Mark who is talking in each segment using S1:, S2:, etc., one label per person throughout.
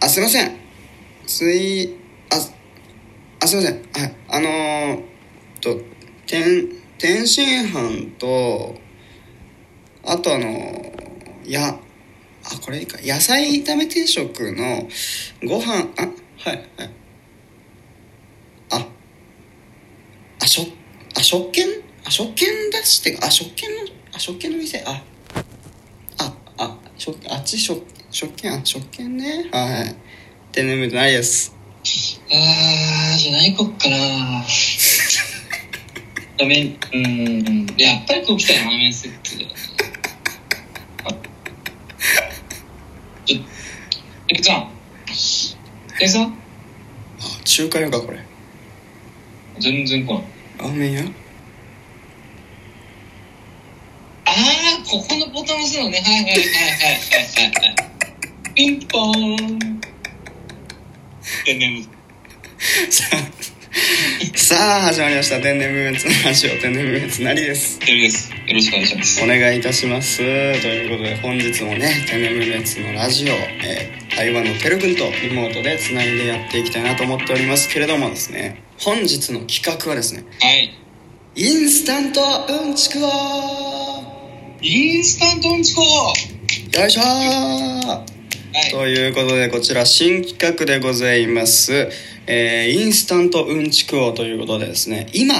S1: あすいませんついああすいませんはいあのー、と天天津飯とあとあのーやあこれいいか野菜炒め定食のご飯あはいはいああしょあ食券あ食券出してあ食券のあ食券の店ああ、あ、食、あっち食、食券、あ、食券ね。はい。って眠くないです。
S2: あー、じゃないこっかな。ラーメン、うーん。やっぱりこう来たらラーメンセットで。あちょ、えくさん。えくさん
S1: あ、中華料か、これ。
S2: 全然来ない。
S1: ラーメン屋
S2: あー、ここのボタン押すのね。はいはいはいはいはいはい。ピンポーン。で、眠く。
S1: さあ、 さあ、始まりました。天然無滅の話を天然無滅なりです。
S2: てるです。よろしくお願いします
S1: お。願いいたします。ということで、本日もね、天然無滅のラジオ、えー台湾のてるくんとリモートでつないでやっていきたいなと思っておりますけれどもですね、本日の企画はですね、
S2: はい。
S1: インスタントうんちくを
S2: インスタントうんちこ
S1: よいしょー
S2: はい。
S1: ということでこちら新企画でございます、えーインスタントうんちく王ということでですね今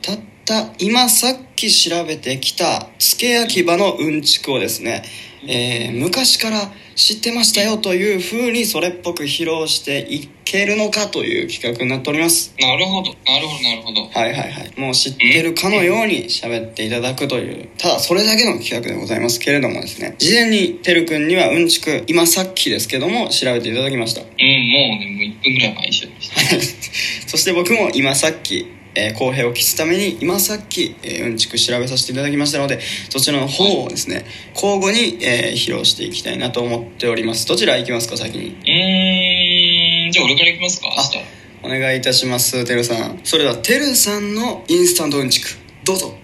S1: たった今さっき調べてきたつけ焼き場のうんちくをですね、えー昔から知ってましたよという風にそれっぽく披露していけるのかという企画になっております
S2: なるほど。なるほど、なるほど。
S1: はいはいはいもう知ってるかのように喋っていただくというただそれだけの企画でございますけれどもですね事前にてるくんにはうんちく今さっきですけども調べていただきました
S2: うん、もうね、もう1分ぐらい前にしてました。
S1: そして僕も今さっき、えー、公平を期すために今さっき、えーうんちく調べさせていただきましたのでそちらの方をですね交互に、えー披露していきたいなと思っておりますどちら行きますか先に
S2: うーん、じゃあ俺から行きますか
S1: あ
S2: 明日
S1: お願いいたしますてるさんそれではてるさんのインスタントうんちくどうぞ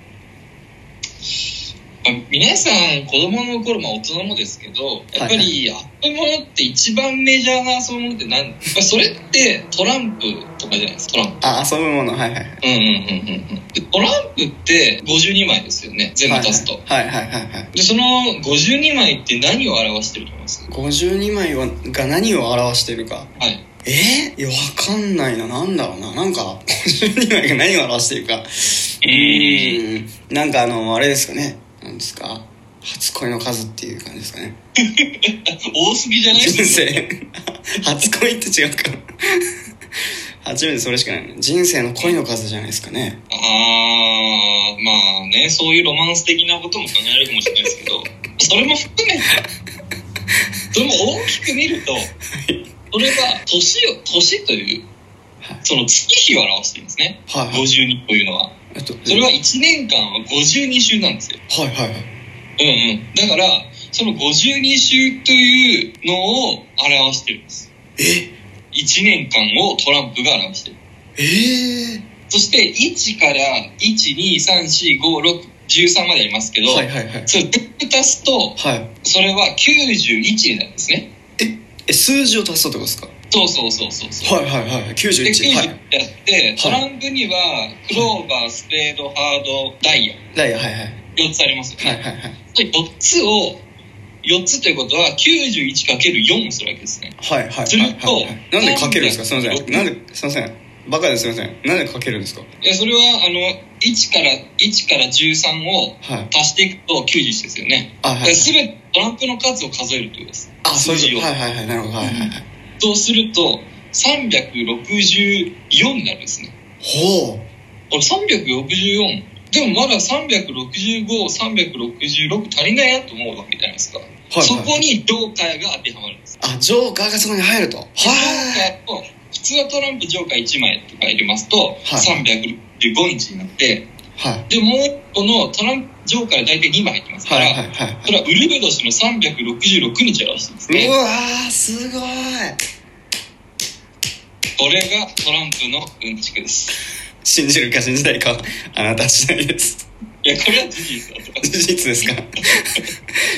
S2: まあ皆さん子供の頃、まあ大人もですけど、やっぱり、あったものって一番メジャーな遊ぶものってなん、やっぱそれってトランプとかじゃないですか、トランプ。
S1: あ遊ぶものはいはいはい
S2: うんうんうんうんうん。でトランプって52枚ですよね、全部足すと。
S1: はいはいはいはいはい
S2: で、その52枚って何を表してると思います
S1: 52枚はが何を表しているか
S2: はい。
S1: えー、いやわかんないななんだろうななんか52枚が何を表しているか
S2: え
S1: うんなんかあのあれですかねなんですか初恋の数っていう感じですかね
S2: ー、多すぎじゃない
S1: 人生 初恋って違うか 初めてそれしかない人生の恋の数じゃないですかね
S2: あーまあねそういうロマンス的なことも考えられるかもしれないですけ どそれも含めてそれも大きく見るとそれが年を年という
S1: はい
S2: その月日を表してるんですね
S1: はいはい
S2: 52というのは
S1: えっと
S2: それは1年間は52週なんですよ
S1: はいはいはい
S2: うんうんだからその52週というのを表してるんです
S1: え
S2: 1年間をトランプが表してる
S1: え
S2: そして1から1234513までありますけ
S1: え
S2: ど、
S1: はいはいはい
S2: それ全部足すと
S1: はい
S2: それは91になるんですね
S1: え数字を足すとってことですか
S2: そうそうそうそうそう
S1: はいはいはい91
S2: で90
S1: は
S2: や
S1: い
S2: って、トランプにはクローバースペードハードダイヤ
S1: ダイヤはいはい
S2: 4つありますよね、
S1: はいはいはい
S2: それ4つを4つということは 91×4 をするわけですね
S1: はいはいはい
S2: すると
S1: はいはいなんでかけるんですかすいませんなんですいませんバカですいませんなんでかけるんですか
S2: いやそれはあの1から1から13を
S1: はい
S2: 足していくと91ですよね、
S1: あはいはい
S2: すべてトランプの数を数えるということです
S1: あそう
S2: 数
S1: い
S2: 字
S1: う
S2: を
S1: ことはいはいはいなるほどはいはいはい
S2: そうすると364になるんですね
S1: ほう
S2: 俺364でもまだ365366足りないなと思うわけじゃないですか、
S1: はい
S2: そ
S1: はい
S2: こにジョーカーが当てはまるんです
S1: あジョーカーがそこに入るとは
S2: ジョーカーと普通はトランプジョーカー1枚とか入れますと、365日になって
S1: はいはい
S2: でもう一個のトランプジョーカーが大体2枚入ってますから、
S1: はいはいはい
S2: それはウルベド氏の366日らしいんですね
S1: うわーすごい
S2: これがトランプのうんちくです
S1: 信じるか信じないかはあなた次第です
S2: いいや、これは事実だとか。
S1: 事実 ですか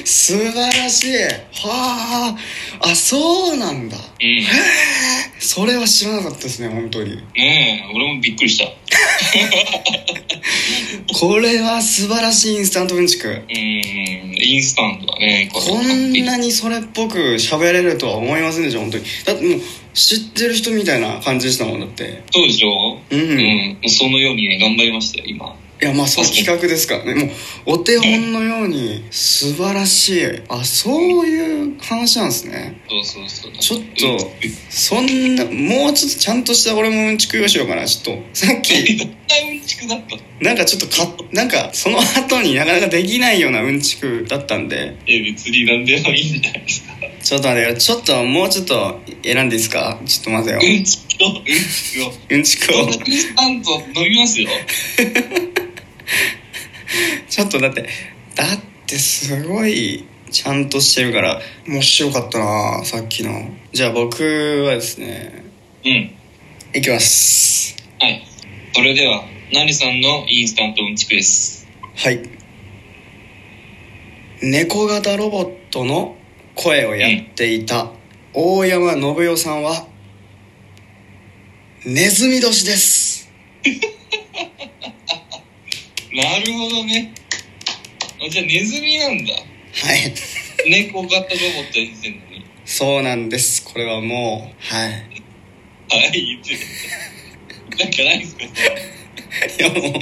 S1: 素晴らしいはああそうなんだ
S2: うん。ね
S1: それは知らなかったですね本当に
S2: え、俺もびっくりした。
S1: これは素晴らしいインスタントうんちく
S2: うん、インスタントだね。これ
S1: こ
S2: は
S1: んなにそれっぽく喋れるとは思いませんでした本当にだってもう知ってる人みたいな感じでしたもんだって
S2: そうでしょ
S1: うん、
S2: う
S1: い
S2: ん。そのようにね、頑張りましたよ、今。
S1: やまあそう企画ですからねもうお手本のように素晴らしいあそういう話なんですね
S2: そうそうそう。
S1: ちょっとそんなもうちょっとちゃんとした俺もうんちく言わしようかなちょっとさっき
S2: どんなうんちくだったい
S1: なんかちょっとかなんかその後になかなかできないようなうんちくだったんで
S2: や、別に何でもいいんじゃないですか。
S1: ちょっとあれちょっともうちょっと選んでいいですかちょっと待てよ
S2: うんちくを、うんちくを。
S1: うんちく
S2: そ
S1: を
S2: んなインスタント飲みますよ。
S1: ちょっとだってだってすごいちゃんとしてるから面白かったなさっきのじゃあ僕はですね
S2: うん。
S1: いきます
S2: はい。それでは、ナリさんのインスタントうんちくです。
S1: はい猫型ロボットの声をやっていた大山信代さんはネズミ年です
S2: なるほどね。あじゃあ、ネズミなんだ。
S1: はい
S2: 猫型ロボットやってんのに。
S1: そうなんですこれはもうはい
S2: はい、言ってる。なんかないですか
S1: いやもうい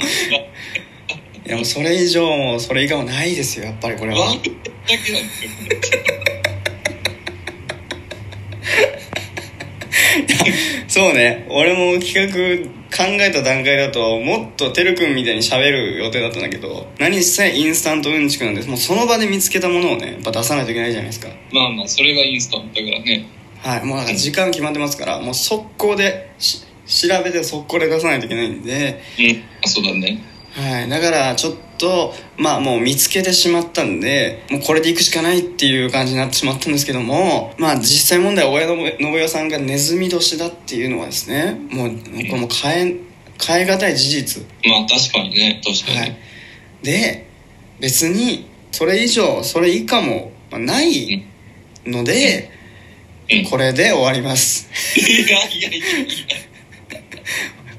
S1: やもうそれ以上もそれ以下もないですよやっぱりこれ
S2: ワ
S1: は
S2: ンだけなんですよ。
S1: そうね俺も企画考えた段階だともっとてるくんみたいに喋る予定だったんだけど何せインスタントうんちくなんですもうその場で見つけたものをねやっぱ出さないといけないじゃないですか
S2: まあまあ、それがインスタントだからね。
S1: はいもうだから時間決まってますからもう速攻でし調べて速攻で出さないといけないんで
S2: うん。あ、そうだね。
S1: はいだからちょっとまあもう見つけてしまったんでもうこれで行くしかないっていう感じになってしまったんですけどもまあ実際問題は親の信代さんがネズミ年だっていうのはですねもうこれもう変え変え難い事実
S2: まあ、確かにね。確かに。
S1: はい、で別にそれ以上それ以下もまあないので、
S2: うん
S1: これで終わります
S2: いやいやいやいや。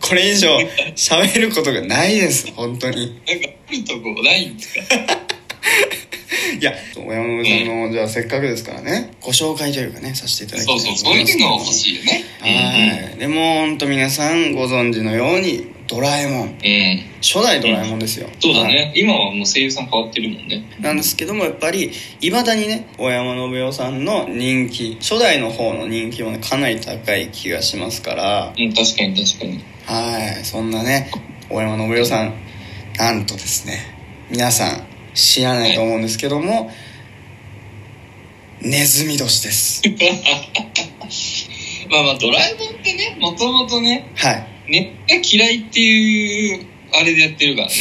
S1: これ以上喋ることがないです本当に
S2: なんか、あるとこないんですか
S1: いや小山上さんの、じゃあせっかくですからねご紹介というかねさせていただきた
S2: そ
S1: いうと
S2: そう、そう
S1: 思いま
S2: い
S1: す
S2: うの欲しいよね。
S1: はいでも本当皆さんご存知のようにドラえもん
S2: うん。うん。
S1: 初代ドラえもんですよ、
S2: そうだ
S1: はい
S2: ね。今はもう声優さん変わってるもんね。
S1: なんですけどもやっぱりいまだにね大山信代さんの人気初代の方の人気もねかなり高い気がしますから
S2: うん、確かに確かに。
S1: はいそんなね大山信代さんなんとですね皆さん知らないと思うんですけどもネズミ年です
S2: まあまあ、ドラえもんってね、もともとね、
S1: はい
S2: ね、嫌いっていう、あれでやってるからね。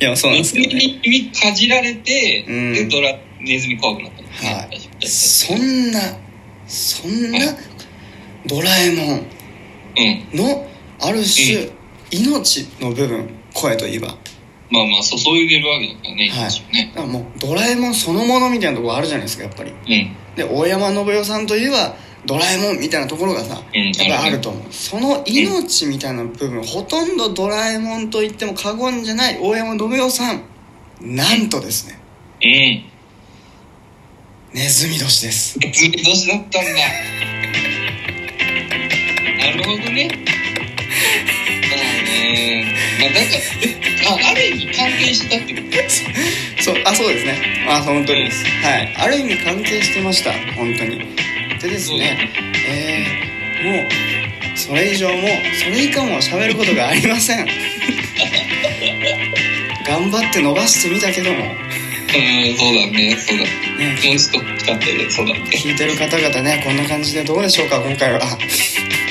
S1: いやそうなん
S2: ネ
S1: です
S2: ズ
S1: け
S2: ミ
S1: どね
S2: に耳かじられて、
S1: うん
S2: で、ドラ、ネズミ怖くなったのね。
S1: はい
S2: 確かに
S1: そんなそんなドラえもん
S2: うん。
S1: のある種命の部分声といえば
S2: まあまあ、注いでるわけだからね、
S1: はい
S2: 一応ね。
S1: だからもうドラえもんそのものみたいなところあるじゃないですかやっぱり
S2: うん。
S1: で大山信代さんといえばドラえもんみたいなところがさ
S2: うん
S1: やっぱりあると思うその命みたいな部分ほとんどドラえもんと言っても過言じゃない大山信代さんなんとですね
S2: うん。
S1: ネズミ年です
S2: ネズミ年だったんだ。なるほどね。まあね。まあ、だから、あある意味関係してたってこと
S1: そうあそうですねあ本当にですはいある意味関係してました本当にでですねえー、もうそれ以上もそれ以下も喋ることが ありません頑張って伸ばしてみたけども
S2: うんうん、そうだね、そうだ。
S1: ね
S2: もうちょっと欲しかったけど、そうだね。
S1: 聞いてる方々ねこんな感じでどうでしょうか今回はあ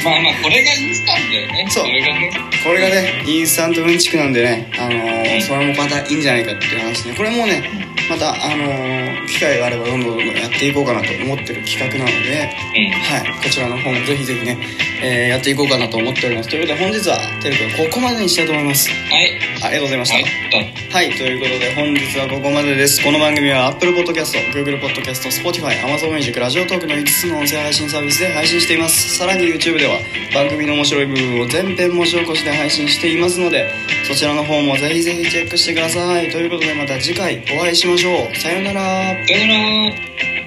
S2: まあまあ、これがインスタントだよね。
S1: そう
S2: これがね。
S1: これがねインスタントうんちくなんでねあのーそれもまたいいんじゃないかっていう話ねこれもねまたあのー機会があればどんどんどんどんやっていこうかなと思ってる企画なので
S2: うん。
S1: はい、こちらの方もぜひぜひね、えーやっていこうかなと思っておりますということで本日はテレビはここまでにしたいと思います
S2: はい。
S1: ありがとうございました
S2: はい。だ
S1: はい、ということで本日はここまでですこの番組は Apple Podcast、Google Podcast、Spotify、Amazon Music、ラジオトークの5つの音声配信サービスで配信していますさらに YouTube では番組の面白い部分を全編文字起こしで配信していますのでそちらの方もぜひぜひチェックしてくださいということでまた次回お会いしましょうさようなら
S2: さよなら。